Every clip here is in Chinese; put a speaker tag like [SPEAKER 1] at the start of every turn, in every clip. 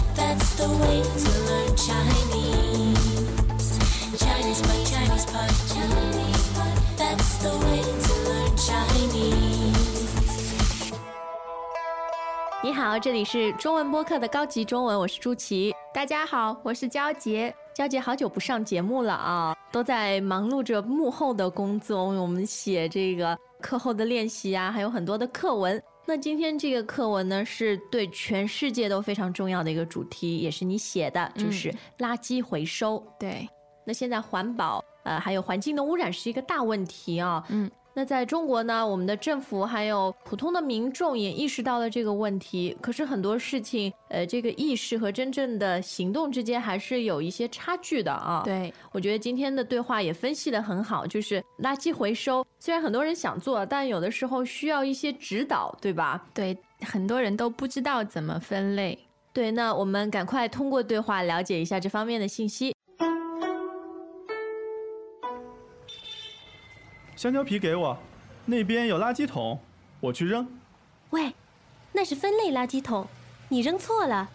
[SPEAKER 1] a way to learn Chinese. Chinese pot, Chinese pot, Chinese pot. That's the way to learn Chinese.
[SPEAKER 2] 你好，这里是中文播客的高级中文，我是朱琪。
[SPEAKER 3] 大家好，我是焦杰。
[SPEAKER 2] 娇姐好久不上节目了啊，都在忙碌着幕后的工作，我们写这个课后的练习啊，还有很多的课文。那今天这个课文呢，是对全世界都非常重要的一个主题，也是你写的，就是垃圾回收。
[SPEAKER 3] 嗯对，
[SPEAKER 2] 那现在环保呃还有环境的污染是一个大问题啊、
[SPEAKER 3] 嗯，
[SPEAKER 2] 那在中国呢，我们的政府还有普通的民众也意识到了这个问题，可是很多事情呃这个意识和真正的行动之间还是有一些差距的啊。。
[SPEAKER 3] 对，
[SPEAKER 2] 我觉得今天的对话也分析得很好，就是垃圾回收，虽然很多人想做，但有的时候需要一些指导，对吧？
[SPEAKER 3] 对，很多人都不知道怎么分类。
[SPEAKER 2] 对，那我们赶快通过对话了解一下这方面的信息。
[SPEAKER 4] 香蕉皮给我，那边有垃圾桶，我去扔。
[SPEAKER 5] 喂，那是分类垃圾桶，你扔错了。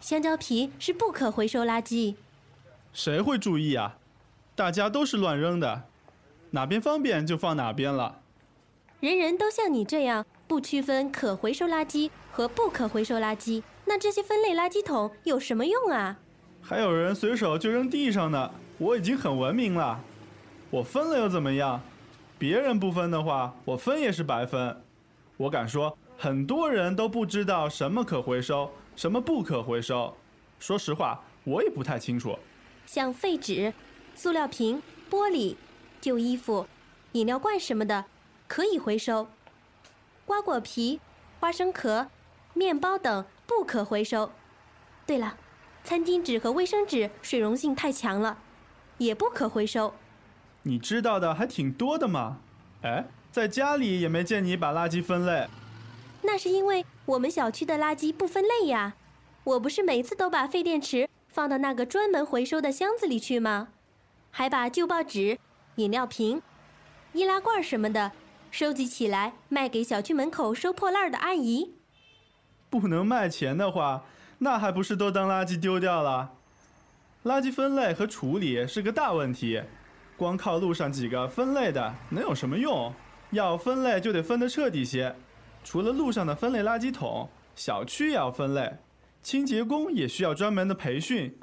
[SPEAKER 5] 香蕉皮是不可回收垃圾。
[SPEAKER 4] 谁会注意啊？大家都是乱扔的，哪边方便就放哪边了。
[SPEAKER 5] 人人都像你这样不区分可回收垃圾和不可回收垃圾，那这些分类垃圾桶有什么用啊？
[SPEAKER 4] 还有人随手就扔地上呢，我已经很文明了。我分了又怎么样？别人不分的话，我分也是白分。我敢说，很多人都不知道什么可回收，什么不可回收。说实话，我也不太清楚。
[SPEAKER 5] 像废纸、塑料瓶、玻璃、旧衣服、饮料罐什么的，可以回收；瓜果皮、花生壳、面包等不可回收。对了，餐巾纸和卫生纸水溶性太强了，也不可回收。
[SPEAKER 4] 你知道的还挺多的嘛。哎，在家里也没见你把垃圾分类。
[SPEAKER 5] 那是因为我们小区的垃圾不分类呀。我不是每次都把废电池放到那个专门回收的箱子里去吗？还把旧报纸、饮料瓶、易拉罐什么的收集起来卖给小区门口收破烂的阿姨。
[SPEAKER 4] 不能卖钱的话，那还不是都当垃圾丢掉了？垃圾分类和处理是个大问题，光靠路上几个分类的能有什么用？要分类就得分得彻底些。除了路上的分类垃圾桶，小区也要分类，清洁工也需要专门的培训。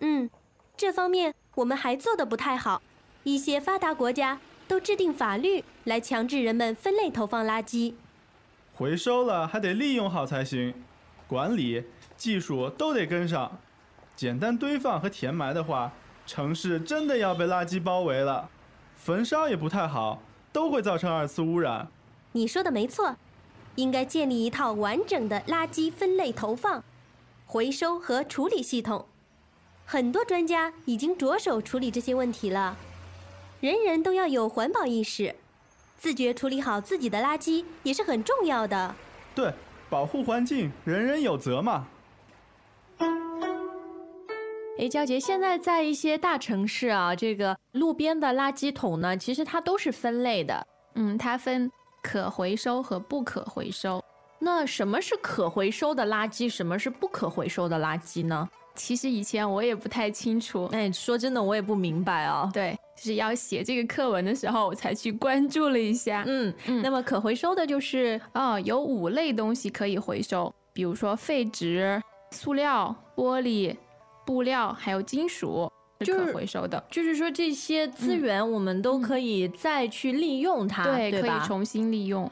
[SPEAKER 5] 嗯，这方面我们还做得不太好。一些发达国家都制定法律来强制人们分类投放垃圾。
[SPEAKER 4] 回收了还得利用好才行，管理、技术都得跟上。简单堆放和填埋的话，城市真的要被垃圾包围了。焚烧也不太好，都会造成二次污染。
[SPEAKER 5] 你说的没错，应该建立一套完整的垃圾分类投放、回收和处理系统。很多专家已经着手处理这些问题了。人人都要有环保意识，自觉处理好自己的垃圾也是很重要的。
[SPEAKER 4] 对，保护环境，人人有责嘛。
[SPEAKER 2] 诶，娇姐，现在在一些大城市啊，这个路边的垃圾桶呢，其实它都是分类的。
[SPEAKER 3] 嗯，它分可回收和不可回收。
[SPEAKER 2] 那什么是可回收的垃圾，什么是不可回收的垃圾呢？
[SPEAKER 3] 其实以前我也不太清楚，
[SPEAKER 2] 哎，说真的，我也不明白啊。
[SPEAKER 3] 对，就是要写这个课文的时候，我才去关注了一下。
[SPEAKER 2] 嗯，
[SPEAKER 3] 嗯
[SPEAKER 2] 那么可回收的就是
[SPEAKER 3] 哦，有五类东西可以回收，比如说废纸、塑料、玻璃、布料，还有金属是
[SPEAKER 2] 就
[SPEAKER 3] 可
[SPEAKER 2] 是
[SPEAKER 3] 回收的。
[SPEAKER 2] 就是说这些资源我们都可以再去利用它，
[SPEAKER 3] 嗯对，可
[SPEAKER 2] 啊吧
[SPEAKER 3] 以？重嗯新利用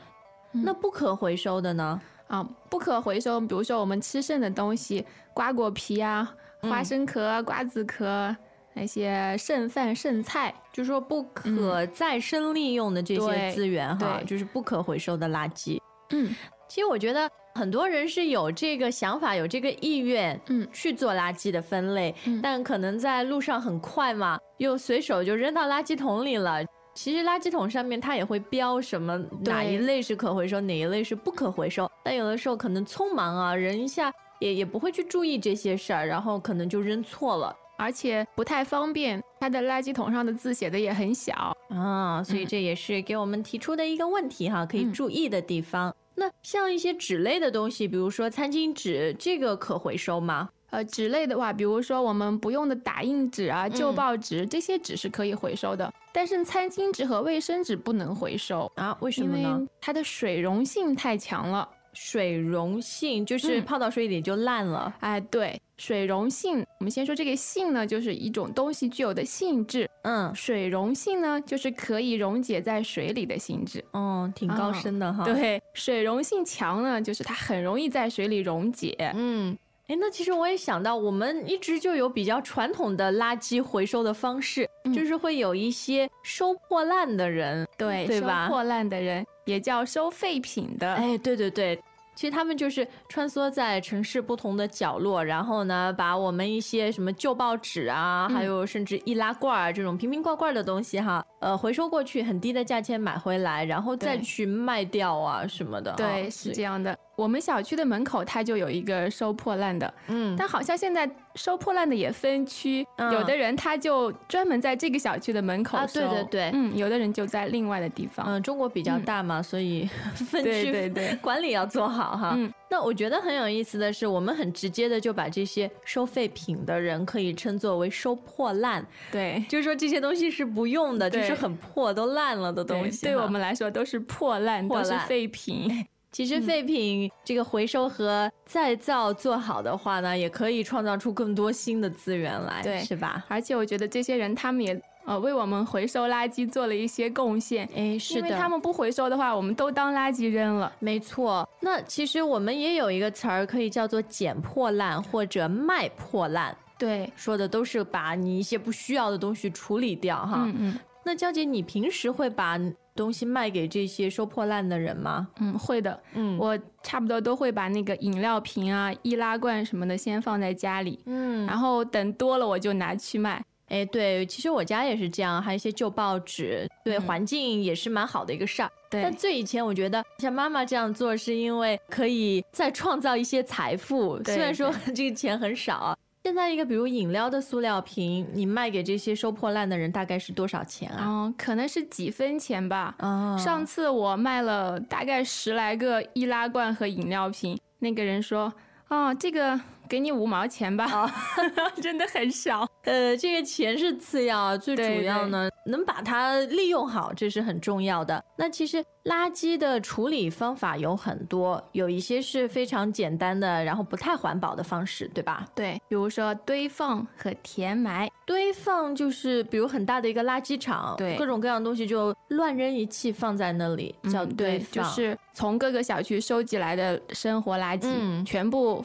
[SPEAKER 2] 那不可回收的呢？
[SPEAKER 3] 啊，不可回收。比如说我们吃剩的东西，瓜果皮啊、
[SPEAKER 2] 嗯
[SPEAKER 3] 花生壳啊、瓜子壳那些剩饭剩菜，
[SPEAKER 2] 就是说不可再生利用的这些
[SPEAKER 3] 嗯对
[SPEAKER 2] 资源哈，
[SPEAKER 3] 对
[SPEAKER 2] 就是不可回收的垃圾。
[SPEAKER 3] 嗯，
[SPEAKER 2] 其实我觉得很多人是有这个想法、有这个意愿，
[SPEAKER 3] 嗯
[SPEAKER 2] 去做垃圾的分类，
[SPEAKER 3] 嗯
[SPEAKER 2] 但可能在路上很快嘛，又随手就扔到垃圾桶里了。其实垃圾桶上面它也会标什么
[SPEAKER 3] 对
[SPEAKER 2] 哪一类是可回收，哪一类是不可回收。但有的时候可能匆忙啊，人一下也也不会去注意这些事儿，然后可能就扔错了
[SPEAKER 3] 而且不太方便，它的垃圾桶上的字写的也很小。
[SPEAKER 2] 啊。所以这也是给我们提出的一个问题哈，可以
[SPEAKER 3] 嗯
[SPEAKER 2] 注意的地方。那像一些纸类的东西，比如说餐巾纸，这个可回收吗？
[SPEAKER 3] 呃，纸类的话，比如说我们不用的打印纸啊、旧
[SPEAKER 2] 嗯
[SPEAKER 3] 报纸，这些纸是可以回收的，但是餐巾纸和卫生纸不能回收，
[SPEAKER 2] 啊？为什
[SPEAKER 3] 因
[SPEAKER 2] 么呢
[SPEAKER 3] 为？它的水溶性太强了。
[SPEAKER 2] 水溶性就是
[SPEAKER 3] 嗯
[SPEAKER 2] 泡到水里就烂了。
[SPEAKER 3] 哎，对，水溶性，我们先说这个性呢，就是一种东西具有的性质。
[SPEAKER 2] 嗯，
[SPEAKER 3] 水溶性呢，就是可以溶解在水里的性质。
[SPEAKER 2] 哦，挺高
[SPEAKER 3] 啊
[SPEAKER 2] 深的哈。，
[SPEAKER 3] 对，水溶性强呢，就是它很容易在水里溶解。
[SPEAKER 2] 嗯，哎，那其实我也想到，我们一直就有比较传统的垃圾回收的方式，
[SPEAKER 3] 嗯
[SPEAKER 2] 就是会有一些收破烂的人。
[SPEAKER 3] 对，
[SPEAKER 2] 对吧
[SPEAKER 3] 收破烂的人也叫收废品的。
[SPEAKER 2] 哎，对对对。其实他们就是穿梭在城市不同的角落，然后呢，把我们一些什么旧报纸啊，
[SPEAKER 3] 嗯
[SPEAKER 2] 还有甚至易拉罐儿这种瓶瓶罐罐的东西哈，呃，回收过去很低的价钱买回来，然后再
[SPEAKER 3] 对
[SPEAKER 2] 去卖掉啊什么的。
[SPEAKER 3] 对，是这
[SPEAKER 2] 样。
[SPEAKER 3] 样的。我们小区的门口它就有一个收破烂的，
[SPEAKER 2] 嗯，
[SPEAKER 3] 但好像现在收破烂的也分区，有
[SPEAKER 2] 嗯
[SPEAKER 3] 的人他就专门在这个小区的门口
[SPEAKER 2] 啊
[SPEAKER 3] 收，
[SPEAKER 2] 对对对
[SPEAKER 3] 嗯，有的人就在另外的地方，
[SPEAKER 2] 嗯，中国比较
[SPEAKER 3] 嗯
[SPEAKER 2] 大嘛，所以 分
[SPEAKER 3] 对
[SPEAKER 2] 区
[SPEAKER 3] 对对
[SPEAKER 2] 管理要做好哈。
[SPEAKER 3] 嗯
[SPEAKER 2] 那我觉得很有意思的是，我们很直接的就把这些收废品的人可以称作为收破烂，
[SPEAKER 3] 对。
[SPEAKER 2] 就是说这些东西是不用的，就是
[SPEAKER 3] 对
[SPEAKER 2] 很破都烂了的东
[SPEAKER 3] 对
[SPEAKER 2] 西哈。
[SPEAKER 3] 对我们来说都是破烂，
[SPEAKER 2] 破
[SPEAKER 3] 都是
[SPEAKER 2] 烂
[SPEAKER 3] 废品。
[SPEAKER 2] 其
[SPEAKER 3] 嗯
[SPEAKER 2] 实废品这个回收和再造做好的话呢，也可以创造出更多新的资源来，
[SPEAKER 3] 对
[SPEAKER 2] 是吧？
[SPEAKER 3] 而且我觉得这些人他们也呃为我们回收垃圾做了一些贡献，
[SPEAKER 2] 哎，是
[SPEAKER 3] 因
[SPEAKER 2] 的，
[SPEAKER 3] 为他们不回收的话，我们都当垃圾扔了。
[SPEAKER 2] 没错，那其实我们也有一个词儿可以叫做“捡破烂”或者“卖破烂
[SPEAKER 3] 对”，，
[SPEAKER 2] 说的都是把你一些不需要的东西处理掉哈。
[SPEAKER 3] 嗯嗯
[SPEAKER 2] 那娇姐，你平时会把东西卖给这些收破烂的人吗？
[SPEAKER 3] 嗯，会的。
[SPEAKER 2] 嗯
[SPEAKER 3] 我差不多都会把那个饮料瓶啊、易拉罐什么的先放在家里，
[SPEAKER 2] 嗯，
[SPEAKER 3] 然后等多了我就拿去卖。
[SPEAKER 2] 哎，对，其实我家也是这样，还有一些旧报纸，对、
[SPEAKER 3] 嗯
[SPEAKER 2] 环境也是蛮好的一个事儿。但
[SPEAKER 3] 对
[SPEAKER 2] 最以前我觉得像妈妈这样做，是因为可以再创造一些财富，
[SPEAKER 3] 对
[SPEAKER 2] 虽然说 这个钱很少啊。现在一个比如饮料的塑料瓶，你卖给这些收破烂的人，大概是多少钱啊？
[SPEAKER 3] 嗯，可能是几分钱吧。
[SPEAKER 2] 哦
[SPEAKER 3] 上次我卖了大概十来个易拉罐和饮料瓶，那个人说：“哦，这个给你五毛钱吧。 真的很少。
[SPEAKER 2] 呃，这个钱是次要啊，最
[SPEAKER 3] 对
[SPEAKER 2] 主要
[SPEAKER 3] 对
[SPEAKER 2] 呢，能把它利用好，这是很重要的。那其实垃圾的处理方法有很多，有一些是非常简单的，然后不太环保的方式，对吧？
[SPEAKER 3] 对，比如说堆放和填埋。
[SPEAKER 2] 堆放就是比如很大的一个垃圾场，
[SPEAKER 3] 对
[SPEAKER 2] 各种各样的东西就乱扔一气放在那里，叫
[SPEAKER 3] 嗯
[SPEAKER 2] 堆
[SPEAKER 3] 对就
[SPEAKER 2] 放。
[SPEAKER 3] 是从各个小区收集来的生活垃圾，
[SPEAKER 2] 嗯
[SPEAKER 3] 全部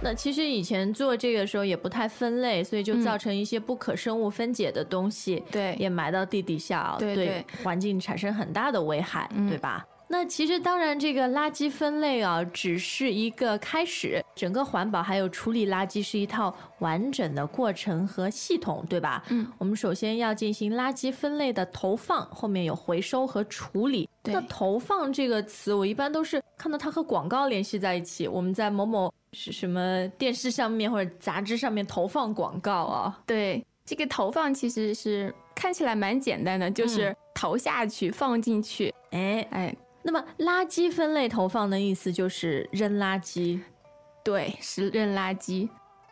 [SPEAKER 2] 那其实以前做这个时候也不太分类，所以就
[SPEAKER 3] 嗯
[SPEAKER 2] 造成一些不可生物分解的东西，
[SPEAKER 3] 对
[SPEAKER 2] 也埋到地底下，
[SPEAKER 3] 对对
[SPEAKER 2] 环境产生很大的危害，
[SPEAKER 3] 嗯
[SPEAKER 2] 对吧？那其实当然，这个垃圾分类啊，只是一个开始，整个环保还有处理垃圾是一套完整的过程和系统，对吧？
[SPEAKER 3] 嗯，
[SPEAKER 2] 我们首先要进行垃圾分类的投放，后面有回收和处理。
[SPEAKER 3] 对
[SPEAKER 2] 那投放这个词，我一般都是看到它和广告联系在一起。我们在某某是什么电视上面或者杂志上面投放广告啊？
[SPEAKER 3] 对，这个投放其实是看起来蛮简单的，
[SPEAKER 2] 嗯
[SPEAKER 3] 就是投下去、放进去。
[SPEAKER 2] 哎，
[SPEAKER 3] 哎，
[SPEAKER 2] 那么垃圾分类投放的意思就是扔垃圾。
[SPEAKER 3] 对，是扔垃圾。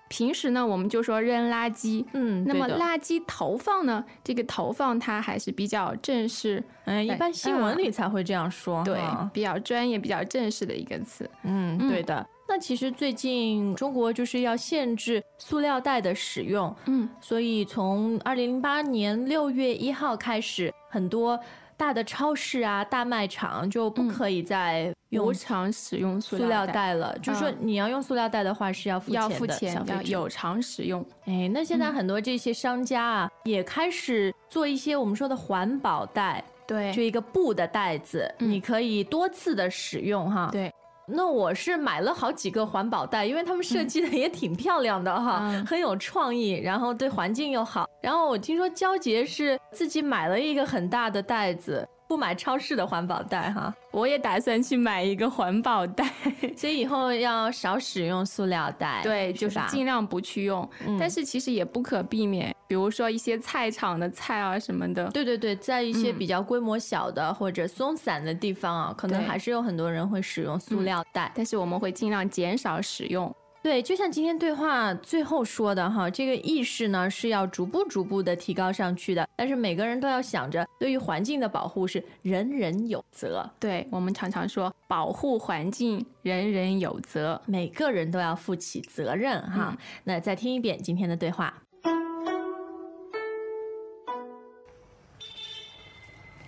[SPEAKER 3] 平时呢，我们就说扔垃圾。
[SPEAKER 2] 嗯，
[SPEAKER 3] 那
[SPEAKER 2] 对
[SPEAKER 3] 么
[SPEAKER 2] 的
[SPEAKER 3] 垃圾投放呢？这个投放它还是比较正式，
[SPEAKER 2] 哎，一
[SPEAKER 3] 哎
[SPEAKER 2] 般新闻
[SPEAKER 3] 嗯
[SPEAKER 2] 里才会这样说。
[SPEAKER 3] 对
[SPEAKER 2] 哈，
[SPEAKER 3] 比较专业、比较正式的一个词。
[SPEAKER 2] 嗯，对的。那其实最近中国就是要限制塑料袋的使用，
[SPEAKER 3] 嗯，
[SPEAKER 2] 所以从二零零八年六月一号开始，很多大的超市啊、大卖场就不可以再用
[SPEAKER 3] 无偿使用嗯塑
[SPEAKER 2] 塑料
[SPEAKER 3] 料袋嗯
[SPEAKER 2] 袋了。就是说，你要用塑料袋的话是要付
[SPEAKER 3] 要
[SPEAKER 2] 钱
[SPEAKER 3] 付
[SPEAKER 2] 的，
[SPEAKER 3] 钱
[SPEAKER 2] 消，费
[SPEAKER 3] 要
[SPEAKER 2] 者
[SPEAKER 3] 有偿使用。
[SPEAKER 2] 哎，那
[SPEAKER 3] 嗯
[SPEAKER 2] 现在很多这些商家啊，也开始做一些我们说的环保袋，
[SPEAKER 3] 对
[SPEAKER 2] 就一个布的袋子，
[SPEAKER 3] 嗯
[SPEAKER 2] 你可以多次的使用哈。
[SPEAKER 3] 对。
[SPEAKER 2] 那我是买了好几个环保袋，因为他们设计的也挺漂亮的哈，
[SPEAKER 3] 嗯
[SPEAKER 2] 很有创意，然后对环境又好。然后我听说娇杰是自己买了一个很大的袋子，不买超市的环保袋哈，
[SPEAKER 3] 我也打算去买一个环保袋，
[SPEAKER 2] 所以以后要少使用塑料袋。
[SPEAKER 3] 对，就是嗯
[SPEAKER 2] 吧
[SPEAKER 3] 尽量不去用。但是其实也不可避免，比如说一些菜场的菜啊什么的，
[SPEAKER 2] 对对对，在一些
[SPEAKER 3] 嗯
[SPEAKER 2] 比较规模小的或者松散的地方啊，可能
[SPEAKER 3] 对
[SPEAKER 2] 还是有很多人会使用塑料袋。
[SPEAKER 3] 但是我们会尽量减少使用。
[SPEAKER 2] 对，就像今天对话最后说的哈，这个意识呢是要逐步逐步的提高上去的，但是每个人都要想着，对于环境的保护是人人有责，
[SPEAKER 3] 对我们常常说，保护环境，人人有责。
[SPEAKER 2] 每个人都要负起责任哈。
[SPEAKER 3] 嗯
[SPEAKER 2] 那再听一遍今天的对话，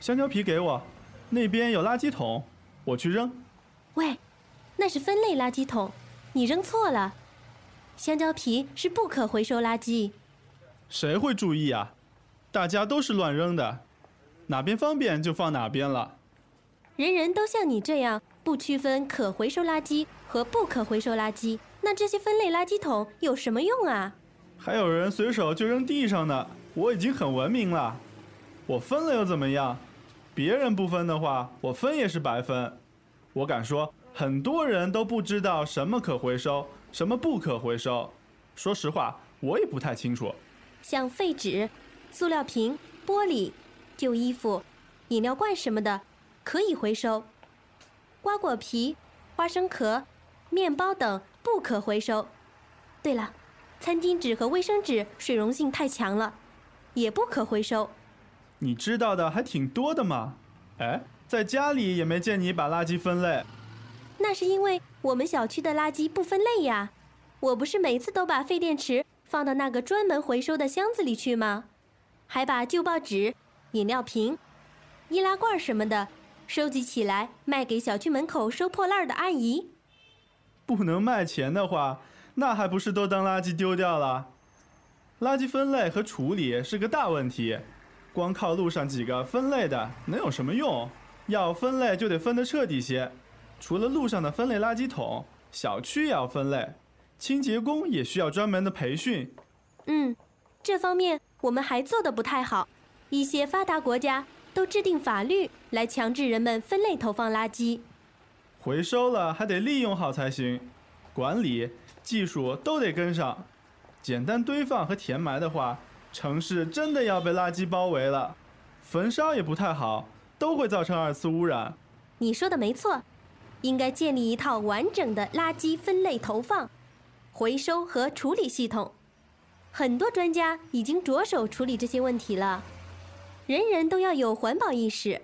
[SPEAKER 4] 香蕉皮给我，那边有垃圾桶，我去扔。
[SPEAKER 5] 喂，那是分类垃圾桶，你扔错了。香蕉皮是不可回收垃圾。
[SPEAKER 4] 谁会注意啊？大家都是乱扔的，哪边方便就放哪边了。
[SPEAKER 5] 人人都像你这样不区分可回收垃圾和不可回收垃圾，那这些分类垃圾桶有什么用啊？
[SPEAKER 4] 还有人随手就扔地上呢，我已经很文明了。我分了又怎么样？别人不分的话，我分也是白分。我敢说，很多人都不知道什么可回收，什么不可回收。说实话，我也不太清楚。
[SPEAKER 5] 像废纸、塑料瓶、玻璃、旧衣服、饮料罐什么的，可以回收；瓜果皮、花生壳、面包等不可回收。对了，餐巾纸和卫生纸水溶性太强了，也不可回收。
[SPEAKER 4] 你知道的还挺多的嘛。哎，在家里也没见你把垃圾分类。
[SPEAKER 5] 那是因为我们小区的垃圾不分类呀。我不是每次都把废电池放到那个专门回收的箱子里去吗？还把旧报纸、饮料瓶、易拉罐什么的收集起来卖给小区门口收破烂儿的阿姨。
[SPEAKER 4] 不能卖钱的话，那还不是都当垃圾丢掉了？垃圾分类和处理是个大问题，光靠路上几个分类的能有什么用？要分类就得分得彻底些，除了路上的分类垃圾桶，小区也要分类，清洁工也需要专门的培训。
[SPEAKER 5] 嗯，这方面我们还做得不太好。一些发达国家都制定法律来强制人们分类投放垃圾。
[SPEAKER 4] 回收了还得利用好才行，管理、技术都得跟上。简单堆放和填埋的话，城市真的要被垃圾包围了。焚烧也不太好，都会造成二次污染。
[SPEAKER 5] 你说的没错，应该建立一套完整的垃圾分类投放、回收和处理系统。很多专家已经着手处理这些问题了。人人都要有环保意识，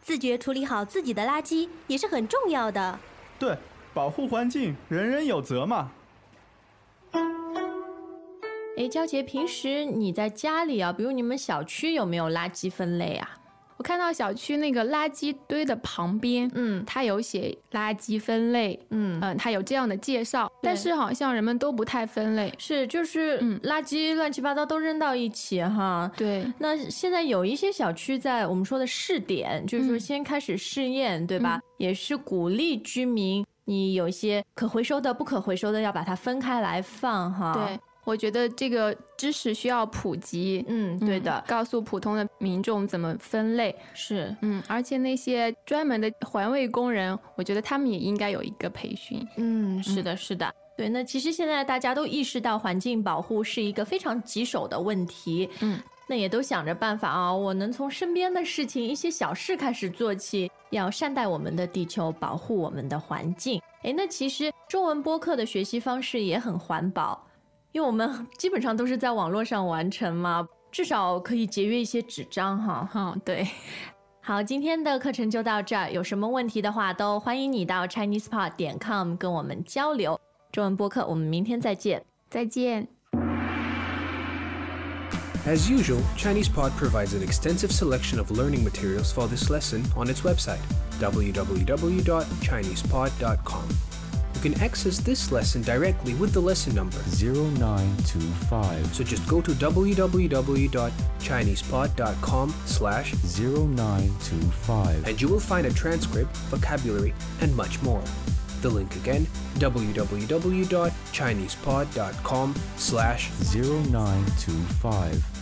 [SPEAKER 5] 自觉处理好自己的垃圾也是很重要的。
[SPEAKER 4] 对，保护环境，人人有责嘛。
[SPEAKER 2] 哎，娇杰，平时你在家里啊，比如你们小区有没有垃圾分类啊？
[SPEAKER 3] 我看到小区那个垃圾堆的旁边，
[SPEAKER 2] 嗯
[SPEAKER 3] 它有写垃圾分类，
[SPEAKER 2] 嗯
[SPEAKER 3] 嗯、它有这样的介绍，
[SPEAKER 2] 对
[SPEAKER 3] 但是好像人们都不太分类。
[SPEAKER 2] 是，就是
[SPEAKER 3] 嗯
[SPEAKER 2] 垃圾乱七八糟都扔到一起哈。
[SPEAKER 3] 对，
[SPEAKER 2] 那现在有一些小区在我们说的试点，就是说
[SPEAKER 3] 嗯
[SPEAKER 2] 先开始试验，对吧？也是鼓励居民，你有一些可回收的、不可回收的，要把它分开来放哈。
[SPEAKER 3] 对，，我觉得这个知识需要普及。
[SPEAKER 2] 嗯，对的
[SPEAKER 3] 嗯，告诉普通的民众怎么分类。
[SPEAKER 2] 是，
[SPEAKER 3] 嗯，而且那些专门的环卫工人，我觉得他们也应该有一个培训。
[SPEAKER 2] 嗯，是的，是的。对，那其实现在大家都意识到环境保护是一个非常棘手的问题，
[SPEAKER 3] 嗯，
[SPEAKER 2] 那也都想着办法啊、我能从身边的事情、一些小事开始做起，要善待我们的地球，保护我们的环境。诶，那其实中文播客的学习方式也很环保，因为我们 基本上都是在网络上完成嘛，至少可以节约一些纸张哈。
[SPEAKER 3] 嗯，对，
[SPEAKER 2] 好，今天的课程就到这儿。有什么问题的话，都欢迎你到 ChinesePod 点 com 跟我们交流。中文播客，我们明天再见。
[SPEAKER 3] 再见。
[SPEAKER 6] As usual, ChinesePod provides an extensive selection of learning materials for this lesson on its website, www.chinesepod.com. You can access this lesson directly with the lesson number,
[SPEAKER 7] 0925
[SPEAKER 6] so just go to www.chinesepod.com slash
[SPEAKER 7] 0925
[SPEAKER 6] and you will find a transcript, vocabulary, and much more. The link again, www.chinesepod.com slash
[SPEAKER 7] 0925